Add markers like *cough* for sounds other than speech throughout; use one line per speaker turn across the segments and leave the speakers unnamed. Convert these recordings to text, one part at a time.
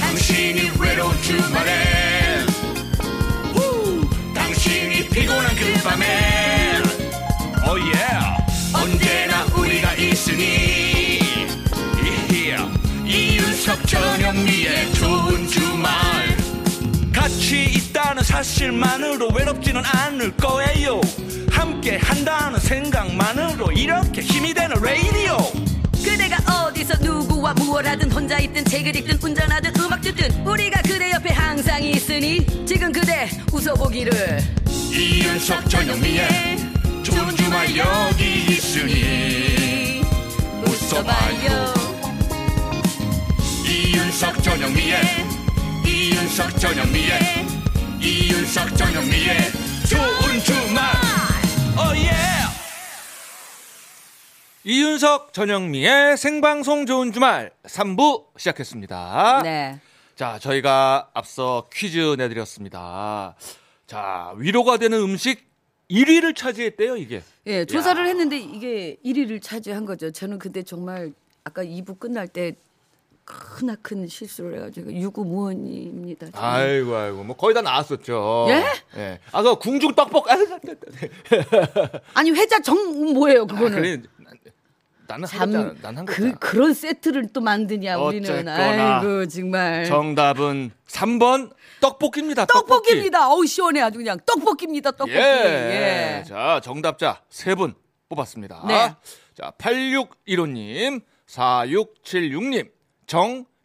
당신이 외로운 주말에 우! 당신이 피곤한 그 밤에 oh yeah. 언제나 우리가 있으니 이- 이윤석 전영미의 좋은 주말
같이 있다는 사실만으로 외롭지는 않을 거예요 함께 한다는 생각만으로 이렇게 힘이 되는 레이디오
그대가 어디서 누구와 무얼 하든 혼자 있든 책을 읽든 운전하든 음악 듣든 우리가 그대 옆에 항상 있으니 지금 그대 웃어보기를
이윤석 전영미의 좋은 주말 여기 있으니 웃어봐요. 이윤석 전영미의 이윤석 전영미의 이윤석 전영미의 좋은 주말
오예 Oh, 이윤석 전영미의 생방송 좋은 주말 3부 시작했습니다
네.
자, 저희가 앞서 퀴즈 내드렸습니다. 자, 위로가 되는 음식 1위를 차지했대요, 이게.
예, 조사를
야.
했는데 이게 1위를 차지한 거죠. 저는 근데 정말 아까 2부 끝날 때 크나큰 실수를 해가지고 유구무원입니다. 저는.
아이고, 아이고, 뭐 거의 다 나왔었죠.
예?
예. 아까 궁중 떡볶, 아,
아니 회자 정 뭐예요
아,
그거는?
아, 그래. 나는
참,
한 거잖아. 난한
그,
거잖아.
그런 세트를 또 만드냐 우리는
어쨌거나.
아이고 정말
정답은 3번 떡볶이입니다. 떡볶이.
그 떡볶이입니다 어우 시원해 아주 그냥 떡볶이입니다 떡볶이
예.
예.
자, 정답자 3분 뽑았습니다.
네.
자, 8615님, 4676님,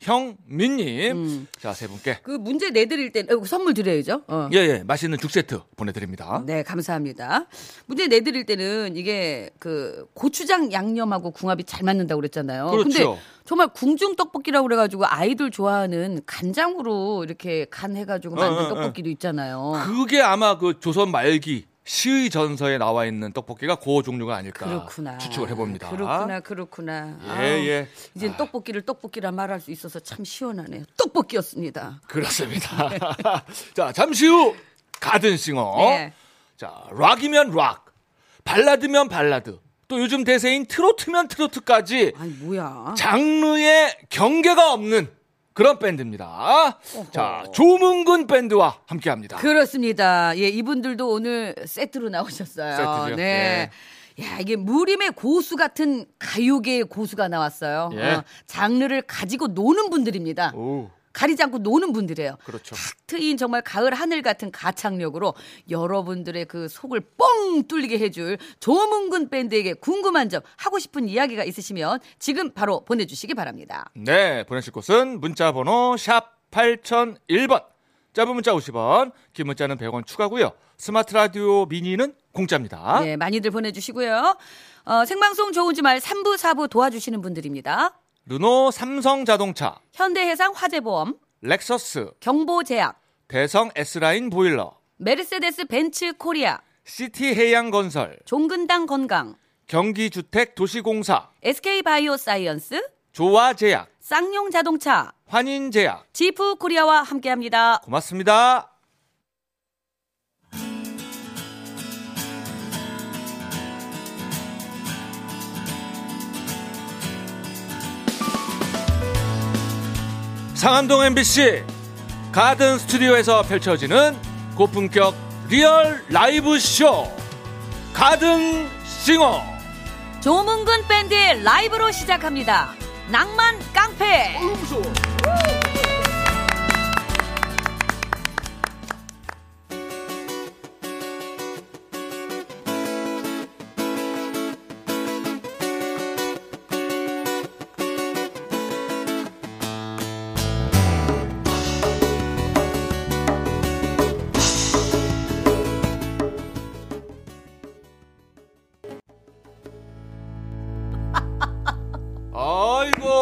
정형민님. 자, 세 분께
그 문제 내드릴 때 어, 선물 드려야죠 어.
예, 예. 맛있는 죽 세트 보내드립니다.
네, 감사합니다. 문제 내드릴 때는 이게 그 고추장 양념하고 궁합이 잘 맞는다고 그랬잖아요.
그렇죠.
근데 정말 궁중 떡볶이라고 그래가지고 아이들 좋아하는 간장으로 이렇게 간 해가지고 만든
어, 어, 어.
떡볶이도 있잖아요.
그게 아마 그 조선 말기 시의 전서에 나와 있는 떡볶이가 그 종류가 아닐까
그렇구나.
추측을 해봅니다.
그렇구나, 그렇구나.
예,
아우,
예.
이젠 떡볶이를 떡볶이라 말할 수 있어서 참 시원하네요. 떡볶이였습니다.
그렇습니다. *laughs* 자, 잠시 후 가든싱어.
네.
자, 락이면 락, 발라드면 발라드, 또 요즘 대세인 트로트면 트로트까지
아니, 뭐야.
장르의 경계가 없는 그런 밴드입니다. 자, 조문근 밴드와 함께합니다.
그렇습니다. 예, 이분들도 오늘 세트로 나오셨어요.
세트죠. 예.
네. 야, 이게 무림의 고수 같은 가요계의 고수가 나왔어요.
예.
어, 장르를 가지고 노는 분들입니다.
오,
가리지 않고 노는 분들이에요.
그렇죠.
탁 트인 정말 가을 하늘 같은 가창력으로 여러분들의 그 속을 뻥 뚫리게 해줄 조문근 밴드에게 궁금한 점, 하고 싶은 이야기가 있으시면 지금 바로 보내주시기 바랍니다.
네, 보내실 곳은 문자 번호 샵 8001번. 짧은 문자 50원, 긴 문자는 100원 추가고요. 스마트 라디오 미니는 공짜입니다.
네, 많이들 보내주시고요. 어, 생방송 좋은 주말 3부, 4부 도와주시는 분들입니다.
르노 삼성 자동차,
현대해상 화재보험,
렉서스,
경보제약,
대성 S라인 보일러,
메르세데스 벤츠 코리아,
시티 해양 건설,
종근당 건강,
경기주택 도시공사,
SK바이오사이언스,
조화제약,
쌍용자동차,
환인제약.
지프 코리아와 함께합니다.
고맙습니다. 상암동 MBC 가든 스튜디오에서 펼쳐지는 고품격 리얼 라이브 쇼 가든 싱어
조문근 밴드의 라이브로 시작합니다. 낭만 깡패.
아이고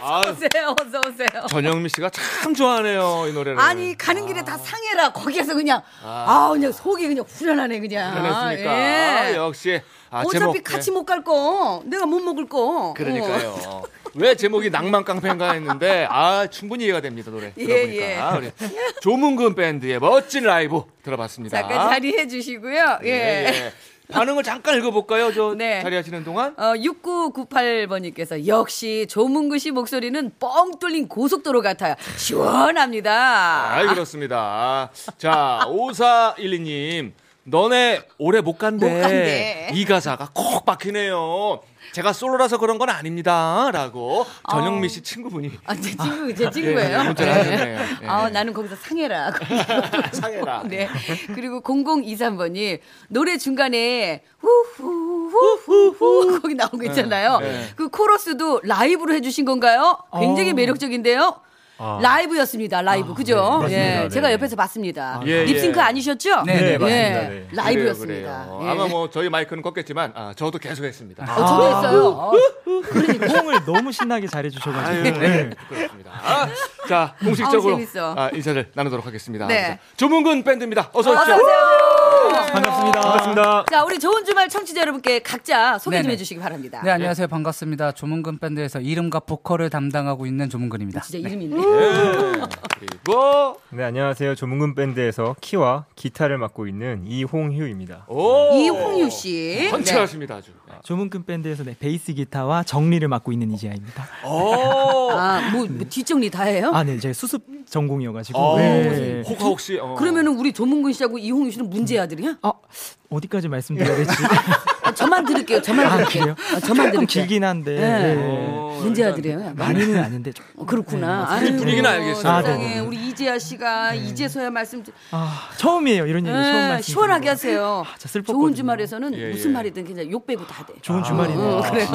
어서 오세요. 어서 오세요.
전영미 씨가 참 좋아하네요 이 노래를
아니 가는 길에 다 상해라 거기에서 그냥 아, 그냥 속이 그냥 후련하네 그냥.
그랬습니까?
예.
역시 아,
어차피
제목,
같이
예.
못 갈 거. 내가 못 먹을 거. 어.
그러니까요. 왜 제목이 낭만 깡패인가 했는데 아 충분히 이해가 됩니다 노래
예,
들어보니까 우리 조문근 밴드의 멋진 라이브 들어봤습니다.
잠깐 자리해 주시고요. 예.
예, 예. 반응을 잠깐 읽어볼까요? 저
네.
자리하시는 동안.
어, 6998번님께서 역시 조문근 씨 목소리는 뻥 뚫린 고속도로 같아요. 시원합니다.
아, 그렇습니다. 자, 5412님. 너네 오래 못 간대.
못 간대.
이 가사가 콕 박히네요. 제가 솔로라서 그런 건 아닙니다. 라고 전영미 씨 친구분이.
아, 제 친구, 제 친구예요.
예, 문자를 하셨네요. 예.
아, 나는 거기서 상해라. *laughs*
상해라.
네. 그리고 0023번이 노래 중간에 후후후후후 거기 나오고 있잖아요.
네.
그 코러스도 라이브로 해주신 건가요? 굉장히 매력적인데요. 라이브였습니다. 라이브. 그죠? 예. 제가 옆에서 봤습니다.
예, 예.
립싱크 아니셨죠?
네, 네, 맞습니다.
예.
네.
*laughs* 라이브였습니다.
그래요,
예.
그래요. 아마 뭐 저희 마이크는 껐겠지만, 아, 저도 계속 했습니다.
어, 저도 했어요.
호응을 너무 신나게 잘해주셔가지고
네. 부끄럽습니다. 아, 자, 공식적으로
아우, 재밌어.
아, 인사를 나누도록 하겠습니다.
네.
자, 조문근 밴드입니다. 어서 오십시오.
반갑습니다. 반갑습니다.
자, 우리 좋은 주말 청취자 여러분께 각자 소개 좀
네네.
해주시기 바랍니다.
예.
네, 안녕하세요. 반갑습니다. 조문근 밴드에서 이름과 보컬을 담당하고 있는 조문근입니다.
진짜 이름이 있네.
음.
네. 그리고
네, 안녕하세요. 조문근 밴드에서 키와 기타를 맡고 있는 이홍휴입니다.
오.
이홍유 씨. 네.
선취하십니다 아주.
조문근 밴드에서 네, 베이스 기타와 정리를 맡고 있는 이지아입니다.
오.
아, 뭐, 뭐 뒷정리 다 해요?
아, 네, 제가 수습 전공이어가지고.
어,
네.
혹아 혹시 어.
그러면은 우리 조문근 씨하고 이홍유 씨는 문제 아들이야?
아, 어디까지 말씀드려야 될지.
아, 저만 들을게요. 저만
아,
들을게요.
그래요?
아, 저만 들을게요.
조금 길긴 한데.
네.
네.
어,
문제 아들이에요.
많이는 아닌데. 좀.
어, 그렇구나.
네,
아유,
분위기는 알겠어요.
아,
세상에
네.
우리 이재하 씨가 이제서야 말씀 좀
아, 처음이에요. 이런 얘기 처음
예,
말씀. 아,
시원하게 하세요.
진짜 슬펐거든요.
좋은 주말에서는
예,
무슨
예.
말이든 그냥 욕 빼고 다 돼. 아, 어,
좋은 주말이네요.
그래요.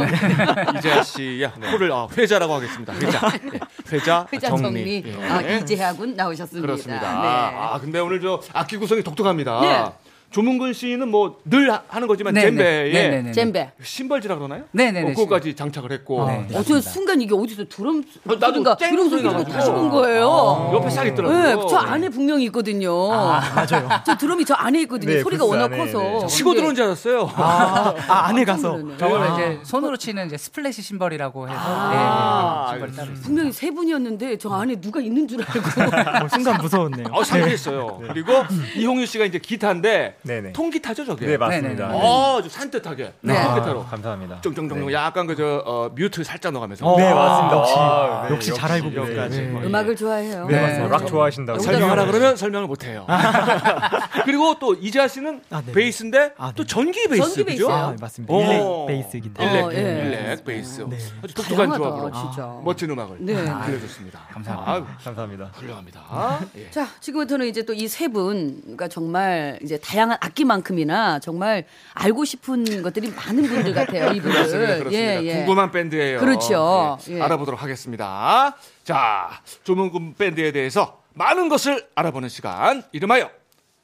이재하 씨야 코를 아, 회자라고 하겠습니다. 회자, 예. 회자,
회장 정리.
정리. 예.
아, 이재하 군 나오셨습니다.
그렇습니다.
네.
아 근데 오늘 저 악기 구성이 독특합니다.
네.
조문근 씨는 뭐 늘 하는 거지만 젬베에
네네네.
잼베.
신발지라 그러나요? 어,
네네네.
그거까지 장착을 했고
네.
어저 순간 이게 어디서 드럼
어, 나도
소리가
쨍
이런 소리가
소리가 나가지고.
다시 온 거예요.
옆에 싹 있더라고요.
네, 저 안에 분명히 있거든요. 맞아요. 저 드럼이 저 안에 있거든요.
네,
소리가
부스
워낙
안에,
커서.
네.
치고 들어온 줄 알았어요.
아, 아, 안에 가서.
저걸 이제 손으로 치는 이제 스플래시 심벌이라고 해서
아,
네, 심벌이 따로 있습니다.
분명히 세 분이었는데 저 안에 누가 있는 줄 알고.
어, 순간 무서웠네요.
어, 상쾌했어요. 그리고 이홍유 씨가 이제 기타인데
네네.
통기타죠, 저게.
네, 아. 맞습니다.
네네네.
어, 아주 산뜻하게
네.
통기타로.
감사합니다.
어. 쫑쫑쫑쫑
네.
약간 그저 어, 뮤트 살짝 넣어가면서.
어,
네, 맞습니다.
역시,
아, 네,
역시 잘
역시,
알고 계시다. *laughs*
역시.
네.
음악을 좋아해요.
네,
네.
맞습니다. 락 좋아하신다고.
설명하라 그러면 설명을 못해요. *laughs* 그리고 또 이재하 씨는
아, 네.
베이스인데
아, 네.
또 전기 베이스
전기
그죠? 어.
베이스예요.
아, 맞습니다.
오.
일렉 베이스 기타. 네.
일렉,
어, 예.
일렉 베이스. 아주 독특한
다양하다,
조합으로
진짜.
멋진 음악을
네.
아,
들려줬습니다.
감사합니다.
아유,
감사합니다.
아,
훌륭합니다. 예.
자, 지금부터는 이제 또 이 세 분과 정말 이제 다양한 악기만큼이나 정말 알고 싶은 것들이 많은 분들 같아요. 이분들.
*laughs* 그렇습니다. 그렇습니다. 궁금한 밴드예요.
예, 그렇죠.
예.
예.
알아보도록 하겠습니다. 자, 조문근 밴드에 대해서 많은 것을 알아보는 시간. 이름하여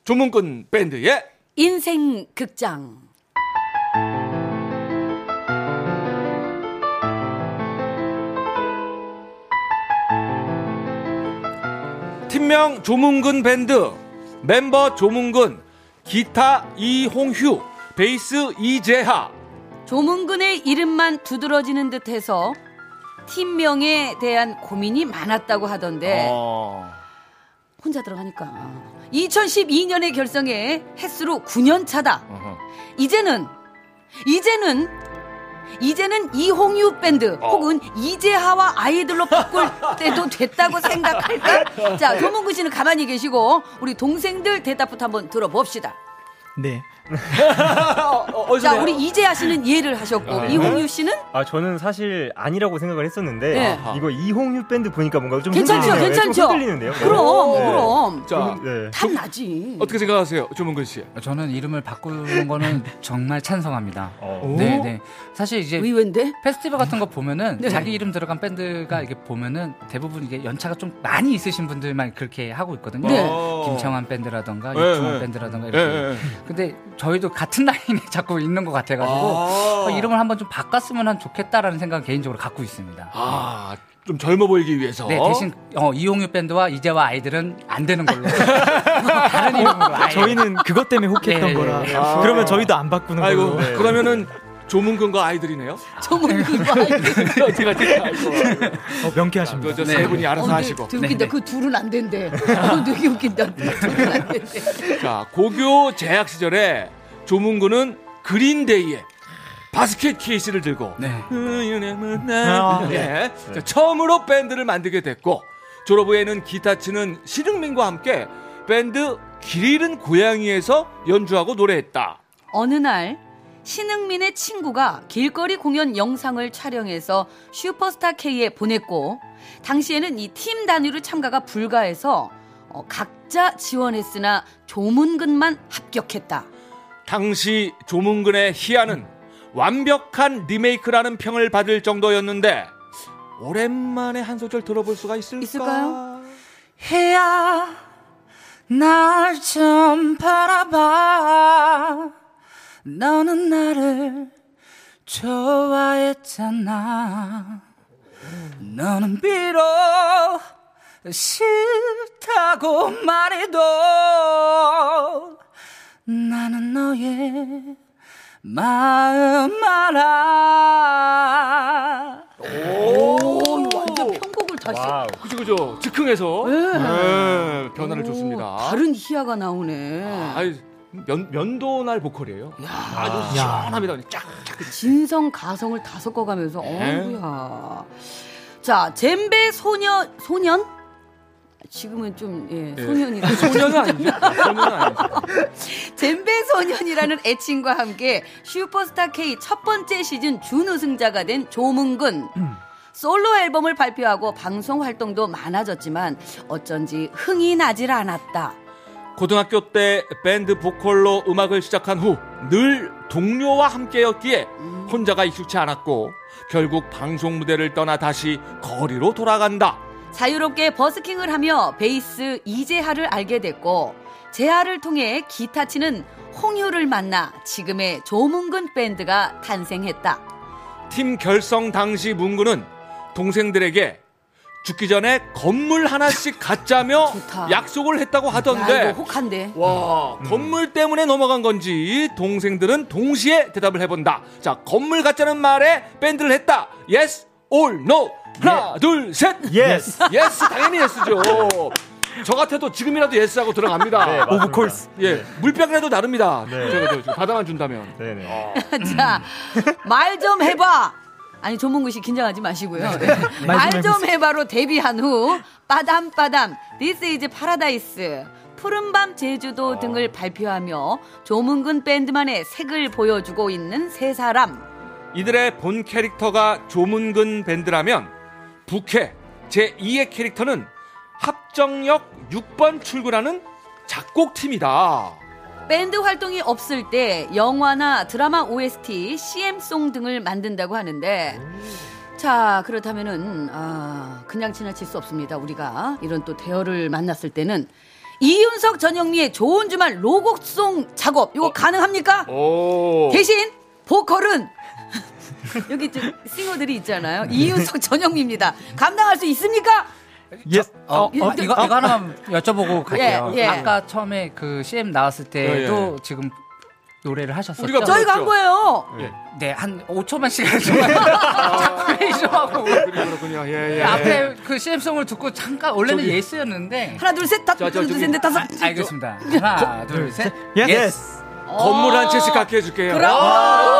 조문근 밴드의
인생 극장.
팀명 조문근 밴드 멤버 조문근 기타 이홍휴 베이스 이재하
조문근의 이름만 두드러지는 듯해서 팀명에 대한 고민이 많았다고 하던데
어.
혼자 들어가니까 2012년에 결성해 횟수로 9년 차다. 이제는 이제는 이제는 이홍유 밴드 혹은 이재하와 아이들로 바꿀 때도 됐다고 생각할까? 자, 조문근 씨는 가만히 계시고 우리 동생들 대답부터 한번 들어봅시다.
네.
자, 우리 이재하 씨는 예를 하셨고 이홍유 씨는
아, 저는 사실 아니라고 생각을 했었는데
네.
아하. 이거 이홍휴 밴드 보니까 뭔가 좀
괜찮죠,
흔들리네요. 네,
괜찮죠.
좀 흔들리는데요. 네.
그럼,
네.
그럼.
자
네.
탐 나지.
어떻게 생각하세요 조문근 씨?
예. 저는 이름을 바꾸는 거는 정말 찬성합니다.
어.
네, 네. 사실 이제
의외인데?
페스티벌 같은 거 보면은
네.
자기 이름 들어간 밴드가 이렇게 보면은 대부분 이게 연차가 좀 많이 있으신 분들만 그렇게 하고 있거든요.
네.
김창완 밴드라던가
어. 네,
육중환
네.
밴드라던가
예,
이렇게.
예.
근데 저희도 같은 라인에 *laughs* 자꾸 있는 것 같아가지고
아.
어, 이름을 한번 좀 바꿨으면 한 좋겠다라는 생각 개인적으로 갖고 있습니다.
아, 좀 젊어 보이기 위해서.
네 대신 어, 이용유 밴드와 이재와 아이들은 안 되는 걸로 *laughs* 다른 이름으로 아예.
저희는 그것 때문에 혹했던
네.
거라.
아.
그러면 저희도 안 바꾸는
아이고
걸로.
그러면은 조문근과 아이들이네요.
조문근
*laughs* 어떻게 할지
어, 명쾌하십니다.
저세 분이
어,
알아서 하시고. 네.
되게 웃긴다. 그 둘은 안 된대. 어, 되게
*laughs*
웃긴다. 둘은 안 된대.
자 고교 재학 시절에 조문근은 그린데이의 바스켓 케이스를 들고 그
네.
으유네무네.
아,
네. 자, 처음으로 밴드를 만들게 됐고 졸업 후에는 기타 치는 신흥민과 함께 밴드 길 잃은 고양이에서 연주하고 노래했다.
어느 날 신흥민의 친구가 길거리 공연 영상을 촬영해서 슈퍼스타 K에 보냈고 당시에는 이 팀 단위로 참가가 불가해서 어, 각자 지원했으나 조문근만 합격했다.
당시 조문근의 희야는 완벽한 리메이크라는 평을 받을 정도였는데 오랜만에 한 소절 들어볼 수가 있을까?
있을까요?
해야 날 좀 바라봐 너는 나를 좋아했잖아 너는 비록 싫다고 말해도 나는 너의 마음 알아
오, 이거 완전 편곡을 다시
와우.
그죠 그죠. 즉흥해서 네, 변화를 줬습니다.
예. 오, 다른 희야가 나오네.
아, 면 면도날 보컬이에요. 아주 시원합니다. 그냥 쫙쫙.
진성 가성을 다 섞어가면서 어우야. 자 젬베 소녀 소년 지금은 좀 예, 소년이라
소녀는 아니죠. 소녀는 아니죠.
잼베 소년이라는 애칭과 함께 슈퍼스타 K 첫 번째 시즌 준우승자가 된 조문근. 솔로 앨범을 발표하고 방송 활동도 많아졌지만 어쩐지 흥이 나질 않았다.
고등학교 때 밴드 보컬로 음악을 시작한 후 늘 동료와 함께였기에 혼자가 익숙치 않았고 결국 방송 무대를 떠나 다시 거리로 돌아간다.
자유롭게 버스킹을 하며 베이스 이재하를 알게 됐고 재하를 통해 기타 치는 홍효를 만나 지금의 조문근 밴드가 탄생했다.
팀 결성 당시 문구는 동생들에게 죽기 전에 건물 하나씩 갖자며
*laughs* 좋다.
약속을 했다고 하던데
야, 이거 혹한데. 음.
와 건물 때문에 넘어간 건지 동생들은 동시에 대답을 해본다 자 건물 갖자는 말에 밴드를 했다 yes or no 하나
네.
둘셋
예스.
yes 당연히 yes죠 저 같아도 지금이라도 yes 하고 들어갑니다
네, 맞습니다.
오브콜스.
예 물병이라도 나릅니다
네.
제가 저- 저 받아만 준다면
네네.
*laughs* 자, 말 좀 해봐. 아니 조문구 씨 긴장하지 마시고요. 네, *laughs* 말 좀 해봐로 데뷔한 후 빠담빠담, This is Paradise, 푸른밤 제주도 등을 발표하며 조문근 밴드만의 색을 보여주고 있는 세 사람.
이들의 본 캐릭터가 조문근 밴드라면 부캐 제2의 캐릭터는 합정역 6번 출구라는 작곡팀이다.
밴드 활동이 없을 때 영화나 드라마 OST, CM송 등을 만든다고 하는데 자 그렇다면은 아 그냥 지나칠 수 없습니다 우리가 이런 또 대열을 만났을 때는 이윤석 전영미의 좋은 주말 로고송 작업
어.
이거 가능합니까?
오.
대신 보컬은 *laughs* 여기 좀 싱어들이 있잖아요
네.
이윤석 전영미입니다 감당할 수 있습니까?
예스.
어, 어, 이거,
이거-
이거 하나만 여쭤보고 갈게요.
예, 예.
아까 처음에 그 CM 나왔을 때도
예,
지금 노래를 하셨었죠?
우리가 저-
저희가 한
그렇죠.
거예요
네, 한 5초만
*laughs*
시간을 좀 자꾸 회의하고
아. 그렇군요. 예, 예.
앞에 그 CM송을 듣고 잠깐 원래는 예스였는데
하나 둘 셋
저,
다섯
저, 저기-
둘셋넷 다섯
아, 알겠습니다. 하나, 둘, 셋.
예스.
건물 한
어,
채씩 갖게 해줄게요.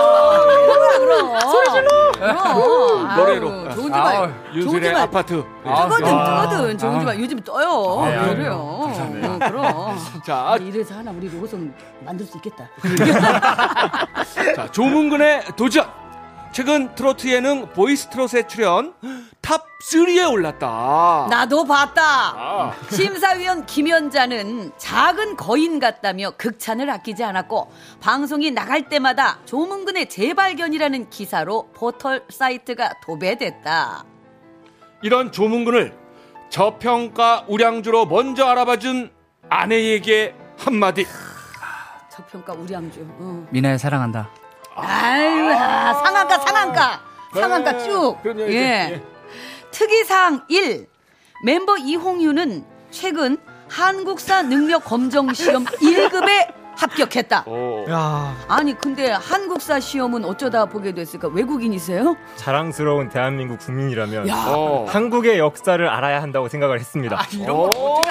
그럼 소리 질러 그럼 아유,
노래로.
좋은
아유,
주말 좋은
윤슬의
주말
아파트.
뜨거든
아,
뜨거든 좋은 주말 요즘 떠요
아유,
그래요 어, 그럼
자,
우리 이래서 하나 우리 로고송 만들 수 있겠다
자, 조문근의 도전. 최근 트로트 예능 보이스 트롯에 출연 탑 3에 올랐다.
나도 봤다
아.
심사위원 김연자는 작은 거인 같다며 극찬을 아끼지 않았고 방송이 나갈 때마다 조문근의 재발견이라는 기사로 포털 사이트가 도배됐다
이런 조문근을 저평가 우량주로 먼저 알아봐준 아내에게 한마디. 어,
저평가 우량주 응.
미나야 사랑한다.
아유 아, 상한가 상한가 상한가
네.
쭉
그럼요,
예.
이제, 예.
특이사항 1 멤버 이홍유는 최근 한국사 능력 검정 시험 1급에 합격했다.
오.
야,
아니 근데 한국사 시험은 어쩌다 보게 됐을까? 외국인이세요?
자랑스러운 대한민국 국민이라면
야.
어.
한국의 역사를 알아야 한다고 생각을 했습니다.
이런 거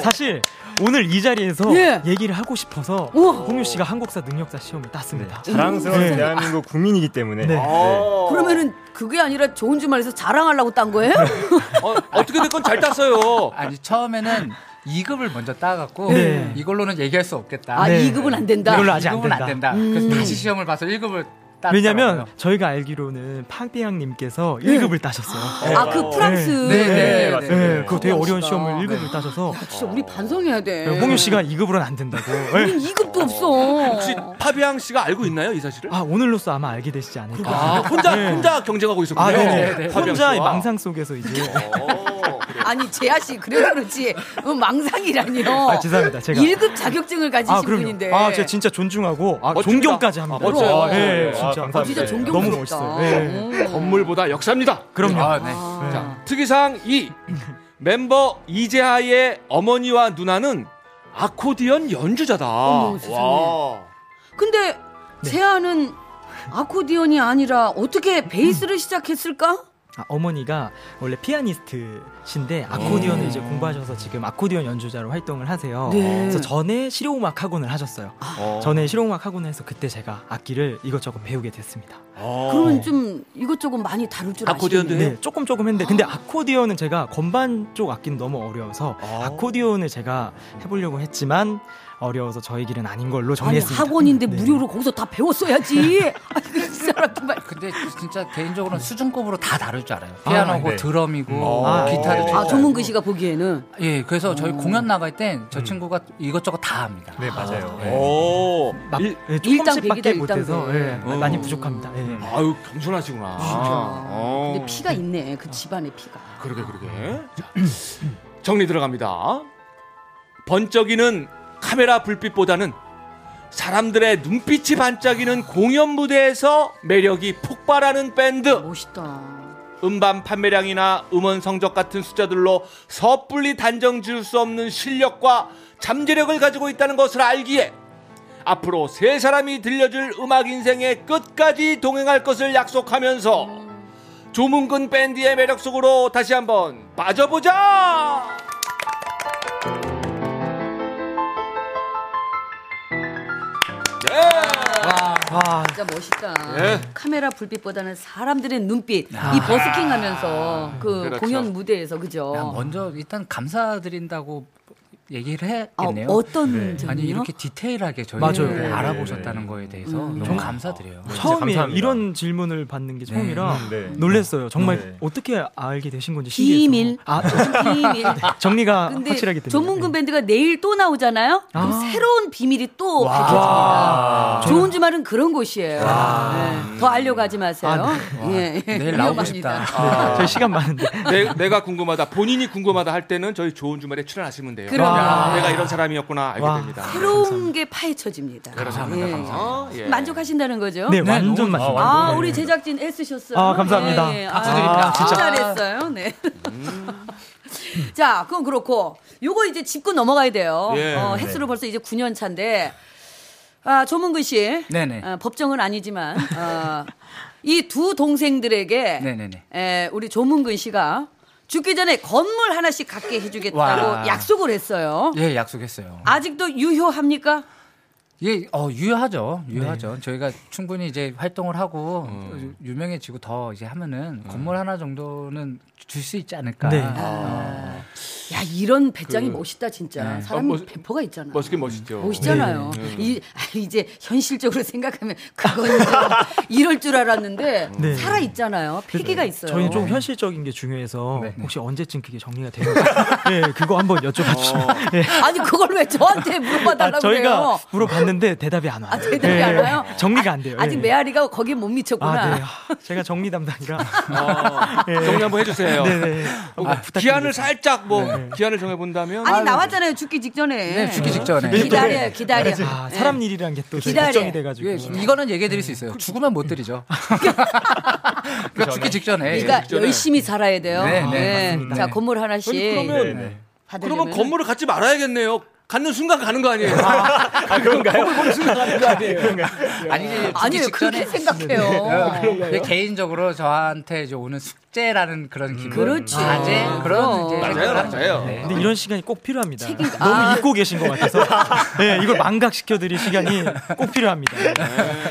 사실 오늘 이 자리에서
예.
얘기를 하고 싶어서
우와.
홍유 씨가 한국사 능력자 시험을 땄습니다.
자랑스러운
네.
대한민국 국민이기 때문에
네.
아.
네.
어. 그러면은 그게 아니라 좋은 주말에서 자랑하려고 딴 거예요?
어, 어떻게 됐건 잘 땄어요.
아니 처음에는 2급을 먼저 따갖고
네.
이걸로는 얘기할 수 없겠다.
아
네.
이급은안 된다.
이걸로 아직 안
2급은 안
된다.
된다. 그래서 다시 시험을 봐서 1급을 따.
왜냐면 저희가 알기로는 팡비양님께서 1급을 따셨어요.
아 그 프랑스.
네, 네,
맞아요.
네.
네, 그거 되게
멋있다.
어려운
네.
시험을 1급을 따셔서
진짜 우리 반성해야 돼.
홍유 씨가 2급으로는 안 된다고. 네.
우린 2급도 없어.
혹시 파비앙 씨가 알고 있나요 이 사실을?
아 오늘로써 아마 알게 되시지 않을까. 네.
아, 혼자 혼자 경쟁하고 있었군요.
아, 네네.
파비앙
혼자
씨와.
망상 속에서 이제.
아니 재하 씨 그래서 그렇지 어, 망상이라니요.
아, 죄송합니다. 제가.
1급 자격증을 가지신
아, 그럼요.
분인데.
아, 제가 진짜 존중하고 아,
멋집니다.
존경까지 합니다.
아, 멋져요.
아, 예,
아,
진짜.
감사합니다.
진짜 존경스럽다.
너무 멋있어요. 네.
건물보다 역사입니다.
그럼요.
아, 네.
자, 특이사항 2. 멤버 이재하의 어머니와 누나는 아코디언 연주자다.
어머, 세상에.
와.
근데
네.
재하는 아코디언이 아니라 어떻게 베이스를 시작했을까?
아, 어머니가 원래 피아니스트신데 아코디언을 이제 공부하셔서 지금 아코디언 연주자로 활동을 하세요.
음. 네. 아.
그래서 전에 실용음악 학원을 하셨어요.
어.
전에 실용음악 학원에서 그때 제가 악기를 이것저것 배우게 됐습니다.
그러면 좀 이것저것 많이 다룰 줄
아코디언도
아시겠네.
네.
어. 네, 조금 조금 했는데 근데 아코디언은 제가 건반 쪽 악기는 너무 어려워서 아코디언을 제가 해보려고 했지만 어려워서 저희 길은 아닌 걸로
아니
정리했습니다.
학원인데
네.
무료로 거기서 다
*laughs*
배웠어야지. *laughs* 아니 이 사람 정말
근데 진짜 개인적으로는 수준급으로 다 다룰 줄 알아요. 피아노고
네.
드럼이고
아,
기타도 칠줄
아
알고.
조문근 씨가 보기에는
예, 그래서 저희 공연 나갈 땐 저 친구가 이것저것 다 합니다.
네, 맞아요. 네.
오.
막,
일-
네,
일당 백이다,
조금씩밖에
일당
못해서
백.
예,
어.
많이 부족합니다. 예.
아유, 겸손하시구나.
아.
어.
근데 피가 있네 그 집안에 피가.
그러게 그러게. 자, 정리 들어갑니다. 번쩍이는 카메라 불빛보다는 사람들의 눈빛이 반짝이는 공연 무대에서 매력이 폭발하는 밴드.
멋있다.
음반 판매량이나 음원 성적 같은 숫자들로 섣불리 단정 지을 수 없는 실력과 잠재력을 가지고 있다는 것을 알기에 앞으로 세 사람이 들려줄 음악 인생의 끝까지 동행할 것을 약속하면서 조문근 밴드의 매력 속으로 다시 한번 빠져보자!
와,
진짜 멋있다.
예.
카메라 불빛보다는 사람들의 눈빛. 이 버스킹하면서 그
그렇죠.
공연 무대에서
야,
그죠.
먼저 일단 감사드린다고 얘기를
아,
해야겠네요.
어떤 점이요?
아니 이렇게 디테일하게 저희
맞아요.
를
네,
알아보셨다는 거에 대해서 너무 감사드려요.
처음이에요.
네, 감사합니다.
이런 질문을 받는 게 처음이라
음, 네.
놀랐어요. 정말
네.
어떻게 알게 되신 건지
비밀.
신기해서. 아,
비밀.
정리가
*laughs* 근데
확실하게 됩니다.
조문근 밴드가 내일 또 나오잖아요. 그럼
아.
새로운 비밀이 또 밝혀집니다. 좋은 주말은 그런 곳이에요. 네. 더 알려가지 마세요. 예. 예.
내일 나오고 싶다. 아,
위험합니다.
네, 저희 시간 많은데.
어?
내, 내가 궁금하다, 본인이 궁금하다 할 때는 저희 좋은 주말에 출연하시면 돼요.
그럼요.
야, 내가 이런 사람이었구나 알게
와.
됩니다.
새로운 게 파헤쳐집니다.
감사합니다.
예.
감사합니다.
어, 예.
만족하신다는 거죠?
네, 완전
너무
맞습니다.
아, 우리 제작진 애쓰셨어요.
아, 감사합니다.
박수드립니다.
아, 진짜
아.
잘했어요. 네. *laughs* 자, 그건 그렇고, 요거 이제 짚고 넘어가야 돼요.
예.
어,
네.
횟수로 벌써 이제 9년 차인데, 아, 조문근 씨.
네네.
아, 법정은 아니지만, 어, 이 두 동생들에게,
네네네.
에, 우리 조문근 씨가 죽기 전에 건물 하나씩 갖게 해주겠다고
와.
약속을 했어요.
예, 약속했어요.
아직도 유효합니까?
예, 어, 유효하죠. 유효하죠. 저희가 충분히 이제 활동을 하고 유명해지고 더 이제 하면은 건물 하나 정도는 줄 수 있지 않을까. 어.
네.
아, 야, 이런 배짱이 멋있다, 진짜. 사람이
어, 멋-
배포가 있잖아.
멋있긴 멋있죠.
보시잖아요.
네,
이, *laughs* 아, 이제 현실적으로 생각하면 그건 *laughs* 좀 이럴 줄 알았는데
네.
살아 있잖아요. 폐기가 있어요.
저희는 좀 현실적인 게 중요해서
네.
혹시 언제쯤 그게 정리가
*laughs*
되는지 네, 그거 한번 여쭤봐 주시면
어.
*laughs* 네.
아니 그걸 왜 저한테 물어봐달라고
아,
그래요?
저희가 물어봤는데 대답이 안 와요.
아, 대답이
네,
안 와요?
정리가 안 돼요.
아직
네.
메아리가 거기에 못 미쳤구나.
아, 네. 아, 제가 정리
*laughs*
담당이라.
어, 정리 한번 해주세요.
네네.
어, 기한을 살짝 뭐 기한을 정해본다면
아니 나왔잖아요. 죽기 직전에.
네, 죽기 직전에.
기다려요. 기다려.
아, 사람 일이란 게 또
네. 기다려.
걱정이 돼가지고.
예, 이거는 얘기해 드릴 수 있어요. 죽으면 못 드리죠. 그 음. *laughs* 그러니까 죽기 직전에. 예.
아,
그러니까 열심히 살아야 돼요.
네, 네,
자 건물 하나씩
아니, 그러면
네, 네.
예. 받으려면
그러면 건물을 갖지 말아야겠네요. 갖는 순간 가는 거 아니에요?
네. 아니지
아니 왜
죽기
그렇게
네.
생각해요.
근데 개인적으로 저한테 이제 오는 숙제라는 그런 기분.
그렇지.
과제
아,
그런
그럼.
이제
맞아요,
생각을
맞아요.
하는데.
근데 이런 시간이 꼭 필요합니다.
책임-
너무
아.
잊고 계신 것 같아서 네, 이걸 망각시켜드릴 시간이 꼭 필요합니다.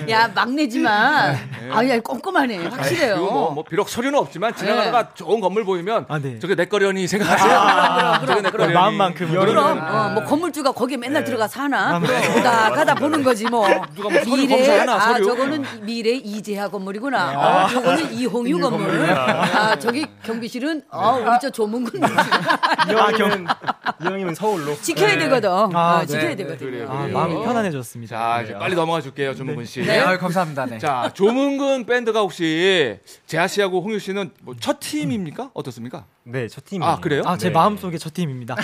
야 막내지만
네.
아야 꼼꼼하네
아,
확실해요. 네.
그리고 뭐, 뭐 비록 서류는 없지만 지나가다가 좋은 건물 보이면
아, 네.
저게 내 거려니 생각하세요. 저게 내 거려니.
마음만큼은
그럼 어, 뭐 건물주가 거기에 맨날 들어가 사나
아,
그럼 보다 가다 보는 거지 뭐
누가 뭐 서류
미래
검사하나,
아
서류.
저거는 미래 이재하 건물이구나 아, 저거는 이홍유 건물 아 저기 경비실은 어 우리 저 조문군
이왕이면 이왕이면 서울로.
지켜야 되거든
아,
어, 지켜야
네,
되거든
그래요,
아,
그래요.
마음이 편안해졌습니다.
*laughs* 자, 이제 빨리 넘어가 줄게요, 조문근 씨.
네, 아유, 감사합니다. 네.
자, 조문근 밴드가 혹시 재하 씨하고 홍유 씨는 뭐 첫 팀입니까? 어떻습니까?
네, 첫 팀이.
아, 그래요?
아, 제
네.
마음속에 저 팀입니다.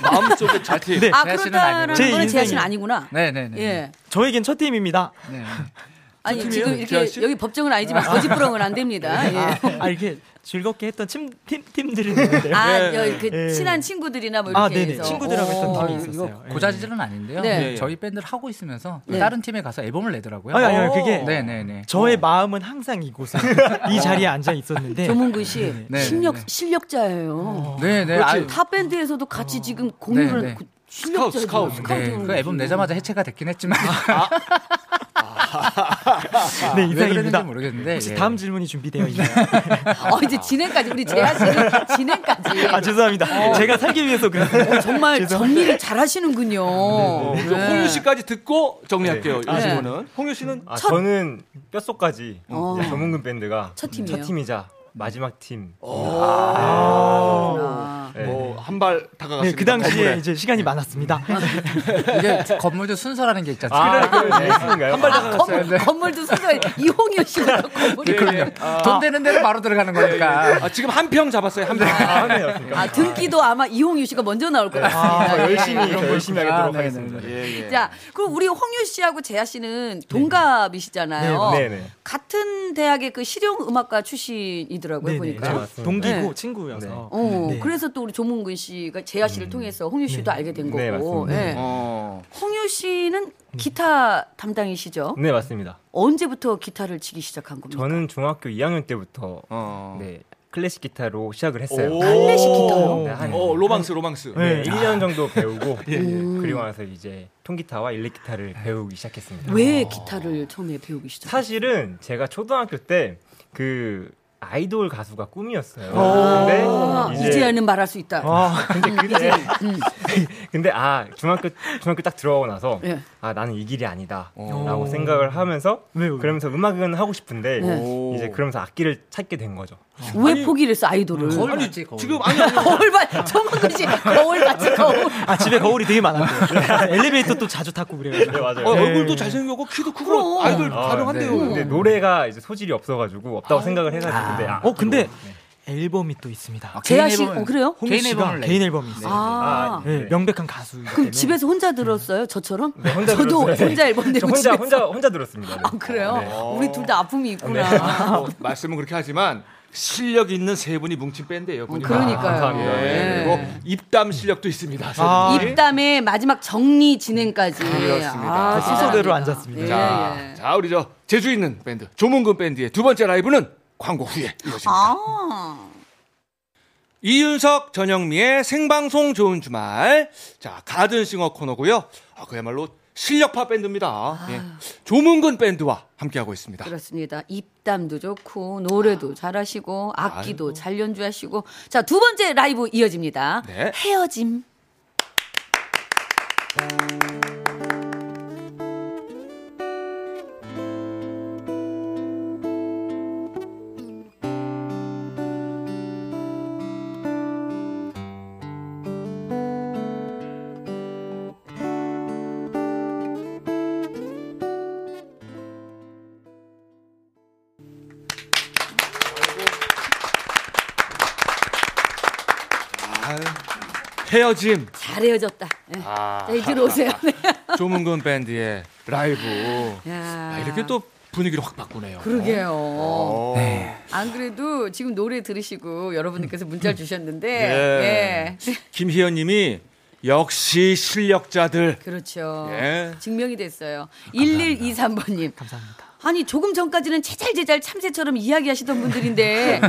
마음속에 첫 팀.
네.
아
재하 씨는
그렇다는
아니고.
제
거는 재하
인생이-
씨는 아니구나
네네네.
예
저에겐 첫 팀입니다.
네.
아니
팀이에요?
지금
재하
이렇게
씨?
여기 법정은 아니지만 거짓부렁은 안 됩니다 예.
아, 이렇게 즐겁게 했던 팀, 팀, 팀들이 있는데.
아,
예.
여- 그
네. 예.
친한 친구들이나 뭐 이렇게
아, 네네.
해서.
친구들하고
오.
했던 팀이 있었어요.
이거
예.
고자질은 아닌데요.
아, 네.
저희 밴드를 하고 있으면서
네.
다른 팀에 가서 앨범을 내더라고요.
아니, 아니, 아니, 그게
네네네.
어.
어.
저의 마음은 항상
*laughs*
이곳에, 이 자리에 앉아 있었는데.
조문근 씨
네.
실력
네.
실력자예요.
네네. 아유,
타 밴드에서도 같이 지금 공유를
음. 네, 네.
그 실력자
스카우트, 스카우트.
네, 그 앨범 내자마자 해체가 됐긴 했지만
네,
*laughs* 왜 그랬는지
이상입니다.
모르겠는데
혹시
예.
다음 질문이
*laughs*
준비되어 있나요?
어 이제 진행까지 우리 재하 씨 진행까지
아, 죄송합니다.
어.
제가 살기 위해서 그랬어요.
정말 정리를 잘하시는군요.
어,
네.
그럼 홍유 씨까지 듣고 정리할게요.
네.
이 질문은 홍유 씨는
아,
첫-
저는 뼛속까지
어.
이제 전문근 밴드가
첫 팀이에요?
이자 마지막 팀.
아,
네.
뭐 한 발
어.
다가갔습니다.
네, 그 당시에
건물에.
이제 시간이 많았습니다.
이게 건물주 순서라는 게 있잖아요.
아, 그 네. 팀인가요?
아, 건물, 건물도 순간 이홍유 씨가
네,
건물.
예, 예. 아,
돈 되는 데로 바로 들어가는 거니까.
아, 지금 한 평 잡았어요, 한 평.
아, 네, 그러니까.
아 등기도 아마 이홍유 씨가 먼저 나올 것 같습니다.
아, 열심히
그런
열심히
거였구나.
하겠도록
네,
하겠습니다.
네,
예, 예.
자, 그럼 우리 홍유 씨하고 재하 씨는 동갑이시잖아요.
네, 네, 네.
같은 대학의 그 실용 음악과 출신이더라고요
네, 네.
보니까.
저
맞습니다.
동기고
네.
친구여서.
어,
네.
그래서 또 우리 조문근 씨가 재하 씨를 통해서 홍유 씨도 알게 된
음, 네,
거고.
맞습니다. 음.
예.
어.
홍유 씨는 기타 담당이시죠?
네, 맞습니다.
언제부터 기타를 치기 시작한 겁니까?
저는 중학교 2학년 때부터
어.
네, 클래식 기타로 시작을 했어요.
클래식
네,
기타요?
한
어, 로망스, 로망스.
네, 1년 정도 배우고 그리고 나서 이제 통기타와 일렉 기타를 배우기 시작했습니다.
왜 기타를 처음에 배우기 시작?
어. 사실은 제가 초등학교 때 그 아이돌 가수가 꿈이었어요. 근데
아,
예.
이제야는 말할 수 있다.
어.
아, 음.
근데 그때 *laughs* 근데 아 중학교 중학교 딱 들어가고 나서
예.
아 나는 이 길이 아니다라고 생각을 하면서
왜요? 예.
그러면서 음악은 하고 싶은데
네.
이제 그러면서 악기를 찾게 된 거죠.
왜 포기를 했어 예. 아이돌을?
음.
거울
아니,
맞지, 거울.
지금 아니, 어, 아니,
거울밭 조문근 씨 거울밭이 거울.
아, 집에 거울이 되게 많았대요. 네. 엘리베이터 도 자주 탔고 그래요.
네 맞아요.
어, 얼굴도 잘생겼고 키도 크고 아이돌 가능한데요.
근데 노래가 이제 소질이 없어가지고 없다고 생각을 해가지고 근데 아,
어, 근데 앨범이 또 있습니다.
재하 씨, 어, 그래요?
홍
아, 개인
씨가
앨범을 내.
개인 앨범이 있어요.
아,
아,
네,
네.
명백한 가수.
그럼 집에서 혼자 들었어요? 저처럼?
혼자
저도
들었어요.
혼자 앨범
저
내고
혼자
집에서.
혼자 혼자 들었습니다. 네.
아, 그래요?
네.
우리 둘 다 아픔이 있구나.
뭐, 말씀은 그렇게 하지만 실력 있는 세 분이 뭉친 밴드예요. 보니까.
그러니까요.
예,
감사합니다. 네.
그리고 입담 실력도 있습니다. 세 분이.
아,
입담의 마지막 정리 진행까지.
예?
아,
그렇습니다.
순서대로
대단합니다.
앉았습니다.
예,
자,
예.
자, 우리 저 제주 있는 밴드 조문근 밴드의 두 번째 라이브는 광고 후에 이어집니다.
아.
이윤석, 전영미의 생방송 좋은 주말. 자, 가든싱어 코너고요. 아, 그야말로 실력파 밴드입니다. 예. 조문근 밴드와 함께하고 있습니다.
그렇습니다. 입담도 좋고 노래도 잘하시고 악기도 잘 연주하시고 자 두 번째 라이브 이어집니다.
네.
헤어짐.
헤어짐.
잘 헤어졌다. 예.
*laughs* 아.
자, 이제 오세요. 네. *laughs*
조문근 밴드의 라이브.
야.
아, 이렇게 또 분위기를 확 바꾸네요.
네. 그러게요.
어.
안 그래도
네.
지금 노래 들으시고 여러분들께서 문자를 주셨는데
예.
예.
김희연 님이 역시 실력자들.
그렇죠.
예.
증명이 됐어요. 1123번님. 감사합니다. 아니 조금 전까지는 제잘제잘 참새처럼 이야기하시던 분들인데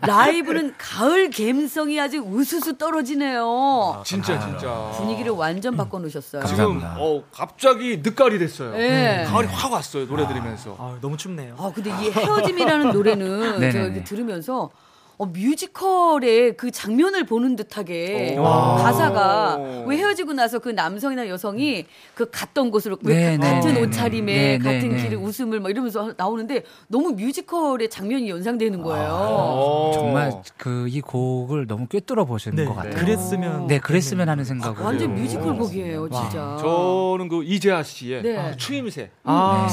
라이브는 가을 감성이 아주 우수수 떨어지네요.
아,
진짜 진짜.
분위기를 완전 바꿔놓으셨어요.
지금 어, 갑자기 늦가을이 됐어요.
예.
가을이 확 왔어요. 노래 들으면서.
아, 너무 춥네요.
아 근데 이 헤어짐이라는 노래는
*laughs* 네네네.
제가 이렇게 들으면서 어, 뮤지컬의 그 장면을 보는 듯하게 어,
오.
아.
가사가
오.
왜 헤어지고 나서 그 남성이나 여성이 그 갔던 곳으로 왜
네네네.
같은 옷차림에
네네네.
같은 길에 웃음을 막 이러면서 나오는데 너무 뮤지컬의 장면이 연상되는 거예요.
아.
어.
정말 그 이 곡을 너무 꿰뚫어 보시는
네,
것 같아요.
그랬으면
네, 그랬으면 하는 생각으로.
완전 뮤지컬
오.
곡이에요, 진짜.
저는 그 이재하 씨의
네.
아, 추임새.
아,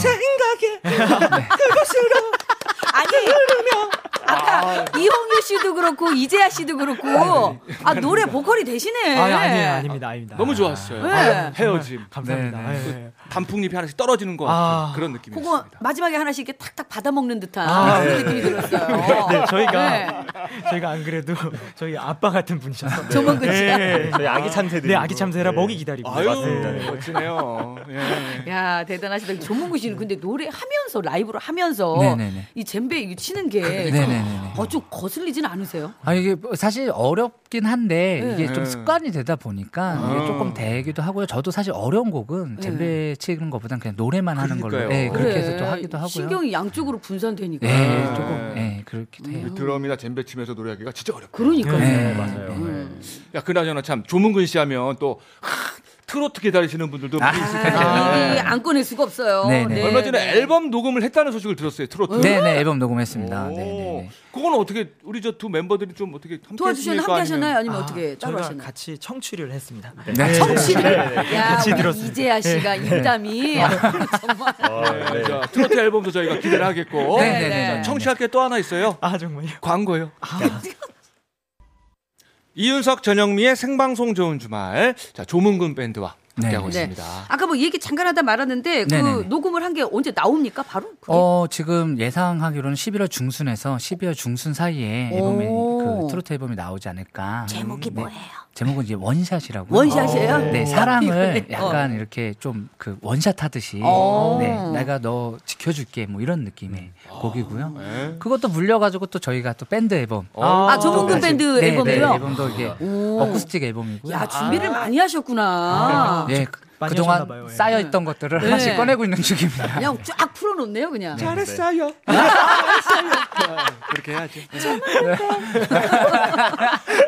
아니 아까 이홍유 씨도 그렇고 이재하 씨도 그렇고
네,
아 노래 보컬이 되시네.
아, 아니에요, 아닙니다, 아닙니다.
너무 좋았어요.
네.
아, 헤어짐.
감사합니다.
네,
예.
단풍잎이 하나씩 떨어지는 것 같은
아.
그런 느낌이었습니다.
그거 마지막에 하나씩 이렇게 탁탁 받아먹는 듯한
아,
그런
네.
느낌이 들었어요.
네, 저희가
네.
저희가 안 그래도 *laughs* 저희 아빠 같은 분이셔서
조문근 씨가.
네.
저희 아기 참새들.
네, 아기 참새라 먹이 기다리고
아유
맞습니다. 네.
멋지네요. 예.
야 대단하시다. 조문구 씨는 근데 노래 하면서 라이브로 하면서
네네네.
이 젬베 이거 치는 게
네네네.
어좀 거슬리진 않으세요?
아 이게 사실 어렵긴 한데
네.
이게 좀 습관이 되다 보니까
아.
이게 조금 되기도 하고요. 저도 사실 어려운
네.
곡은 잼베 치는 것보단 그냥 노래만 하는 걸로
그러니까요.
네,
그래.
그렇게 해서 또 하기도 하고요.
신경이 양쪽으로 분산되니까.
네,
아.
조금 네, 그렇기도 해요.
이 드럼이나 젬베 치면서 노래하기가 진짜 어렵고.
그러니까요.
네.
맞아요.
야 그나저나 참 조문근 씨 하면 또 하, 트로트 기다리시는 분들도 많이 있을 텐데.
이게 아, 안 꺼낼 수가 없어요.
아. 네네.
네,
얼마 전에
네.
앨범 녹음을 했다는 소식을 들었어요.
음.
트로트.
네, 네, 앨범 녹음했습니다.
오,
네, 네, 네.
그건 어떻게 우리 저 두 멤버들이 좀 어떻게 함께
도와주셨나요?
했습니까?
함께 하셨나요? 아니면
아,
어떻게 따로
저희가
하셨나요?
같이 청취를 했습니다.
네.
청취를 야
같이
우리
들었습니다.
이재하 씨가 입담이 정말
아, 네.
자, 트로트 앨범도 저희가 기대를 하겠고.
어?
네, 네, 네, 네.
청취할 게 또 하나 있어요.
아, 정말요?
광고요.
아.
이윤석 전영미의 생방송 좋은 주말. 자, 조문근 밴드와 함께하고
네.
있습니다.
아까 뭐 얘기 잠깐 하다 말았는데 그
네네네.
녹음을 한 게 언제 나옵니까? 바로 그게?
어, 지금 예상하기로는 11월 중순에서 12월 중순 사이에 앨범이
오.
그 트로트 앨범이 나오지 않을까.
제목이
네.
뭐예요?
제목은 이제 원샷이라고.
원샷이에요?
네,
이거네.
사랑을
어.
약간 이렇게 좀 그 원샷 하듯이
어.
네, 내가 너 지켜줄게 뭐 이런 느낌의
아,
곡이고요.
네.
그것도 물려가지고 또 저희가 또 밴드 앨범.
어.
아, 조문근 밴드
네,
앨범이요?
네, 앨범도
아.
이게 어쿠스틱 아. 앨범이고요.
야 준비를 많이 하셨구나.
예,
많이
그동안
하셨나 봐요, 예.
쌓여있던
네.
것들을 하나씩 꺼내고 있는 중입니다.
그냥 쫙 풀어놓네요, 네. 그냥.
잘했어요. 그렇게 해야지.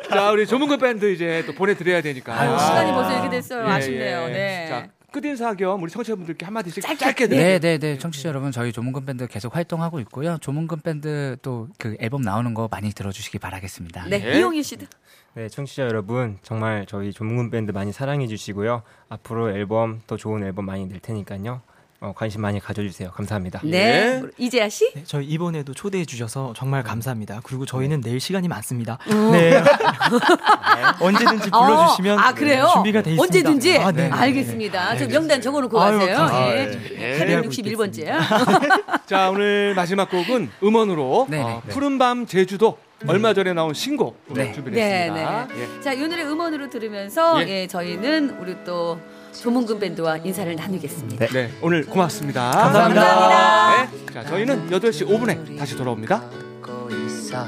자, 우리 조문근 밴드 이제 또 보내드려야 되니까.
아유, 시간이 벌써 이렇게 됐어요.
예,
아쉽네요. 네.
자, 끝인사 겸 우리 청취자분들께 한마디씩 짧게, 드릴게요.
*laughs* 네, 네, 네. 청취자 여러분, 저희 조문근 밴드 계속 활동하고 있고요. 조문근 밴드 또 그 앨범 나오는 거 많이 들어주시기 바라겠습니다.
네,
예.
이용희 씨도.
네, 청취자 여러분, 정말 저희 조문근 밴드 많이 사랑해 주시고요. 앞으로 앨범 더 좋은 앨범 많이 낼 테니까요. 어, 관심 많이 가져주세요. 감사합니다.
네. 이재하 씨?
네, 저희 이번에도 초대해 주셔서 정말 감사합니다. 그리고 저희는 내일 시간이 많습니다. 네. *laughs* 언제든지 불러주시면 네,
어, 음. 아, 그래요?
준비가 돼 있습니다.
언제든지?
아, 네.
알겠습니다. 저 명단 적어놓고
아유,
가세요.
감사합니다. 네.
예.
예.
861번째.
자, 오늘 마지막 곡은 음원으로
네, 네.
어, 푸른밤 제주도 얼마 전에 나온 신곡
네.
*laughs* 네,
준비했습니다.
네.
예.
자, 이 노래 음원으로 들으면서
예.
예, 저희는 우리 또 조문근 밴드와 인사를 나누겠습니다.
네, 오늘 고맙습니다.
감사합니다.
네, 자, 저희는 8시 5분에 다시 돌아옵니다.
걷고 있어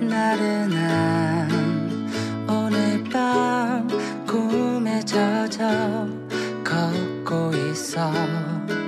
나른한 오늘 밤 꿈에 젖어 걷고 있어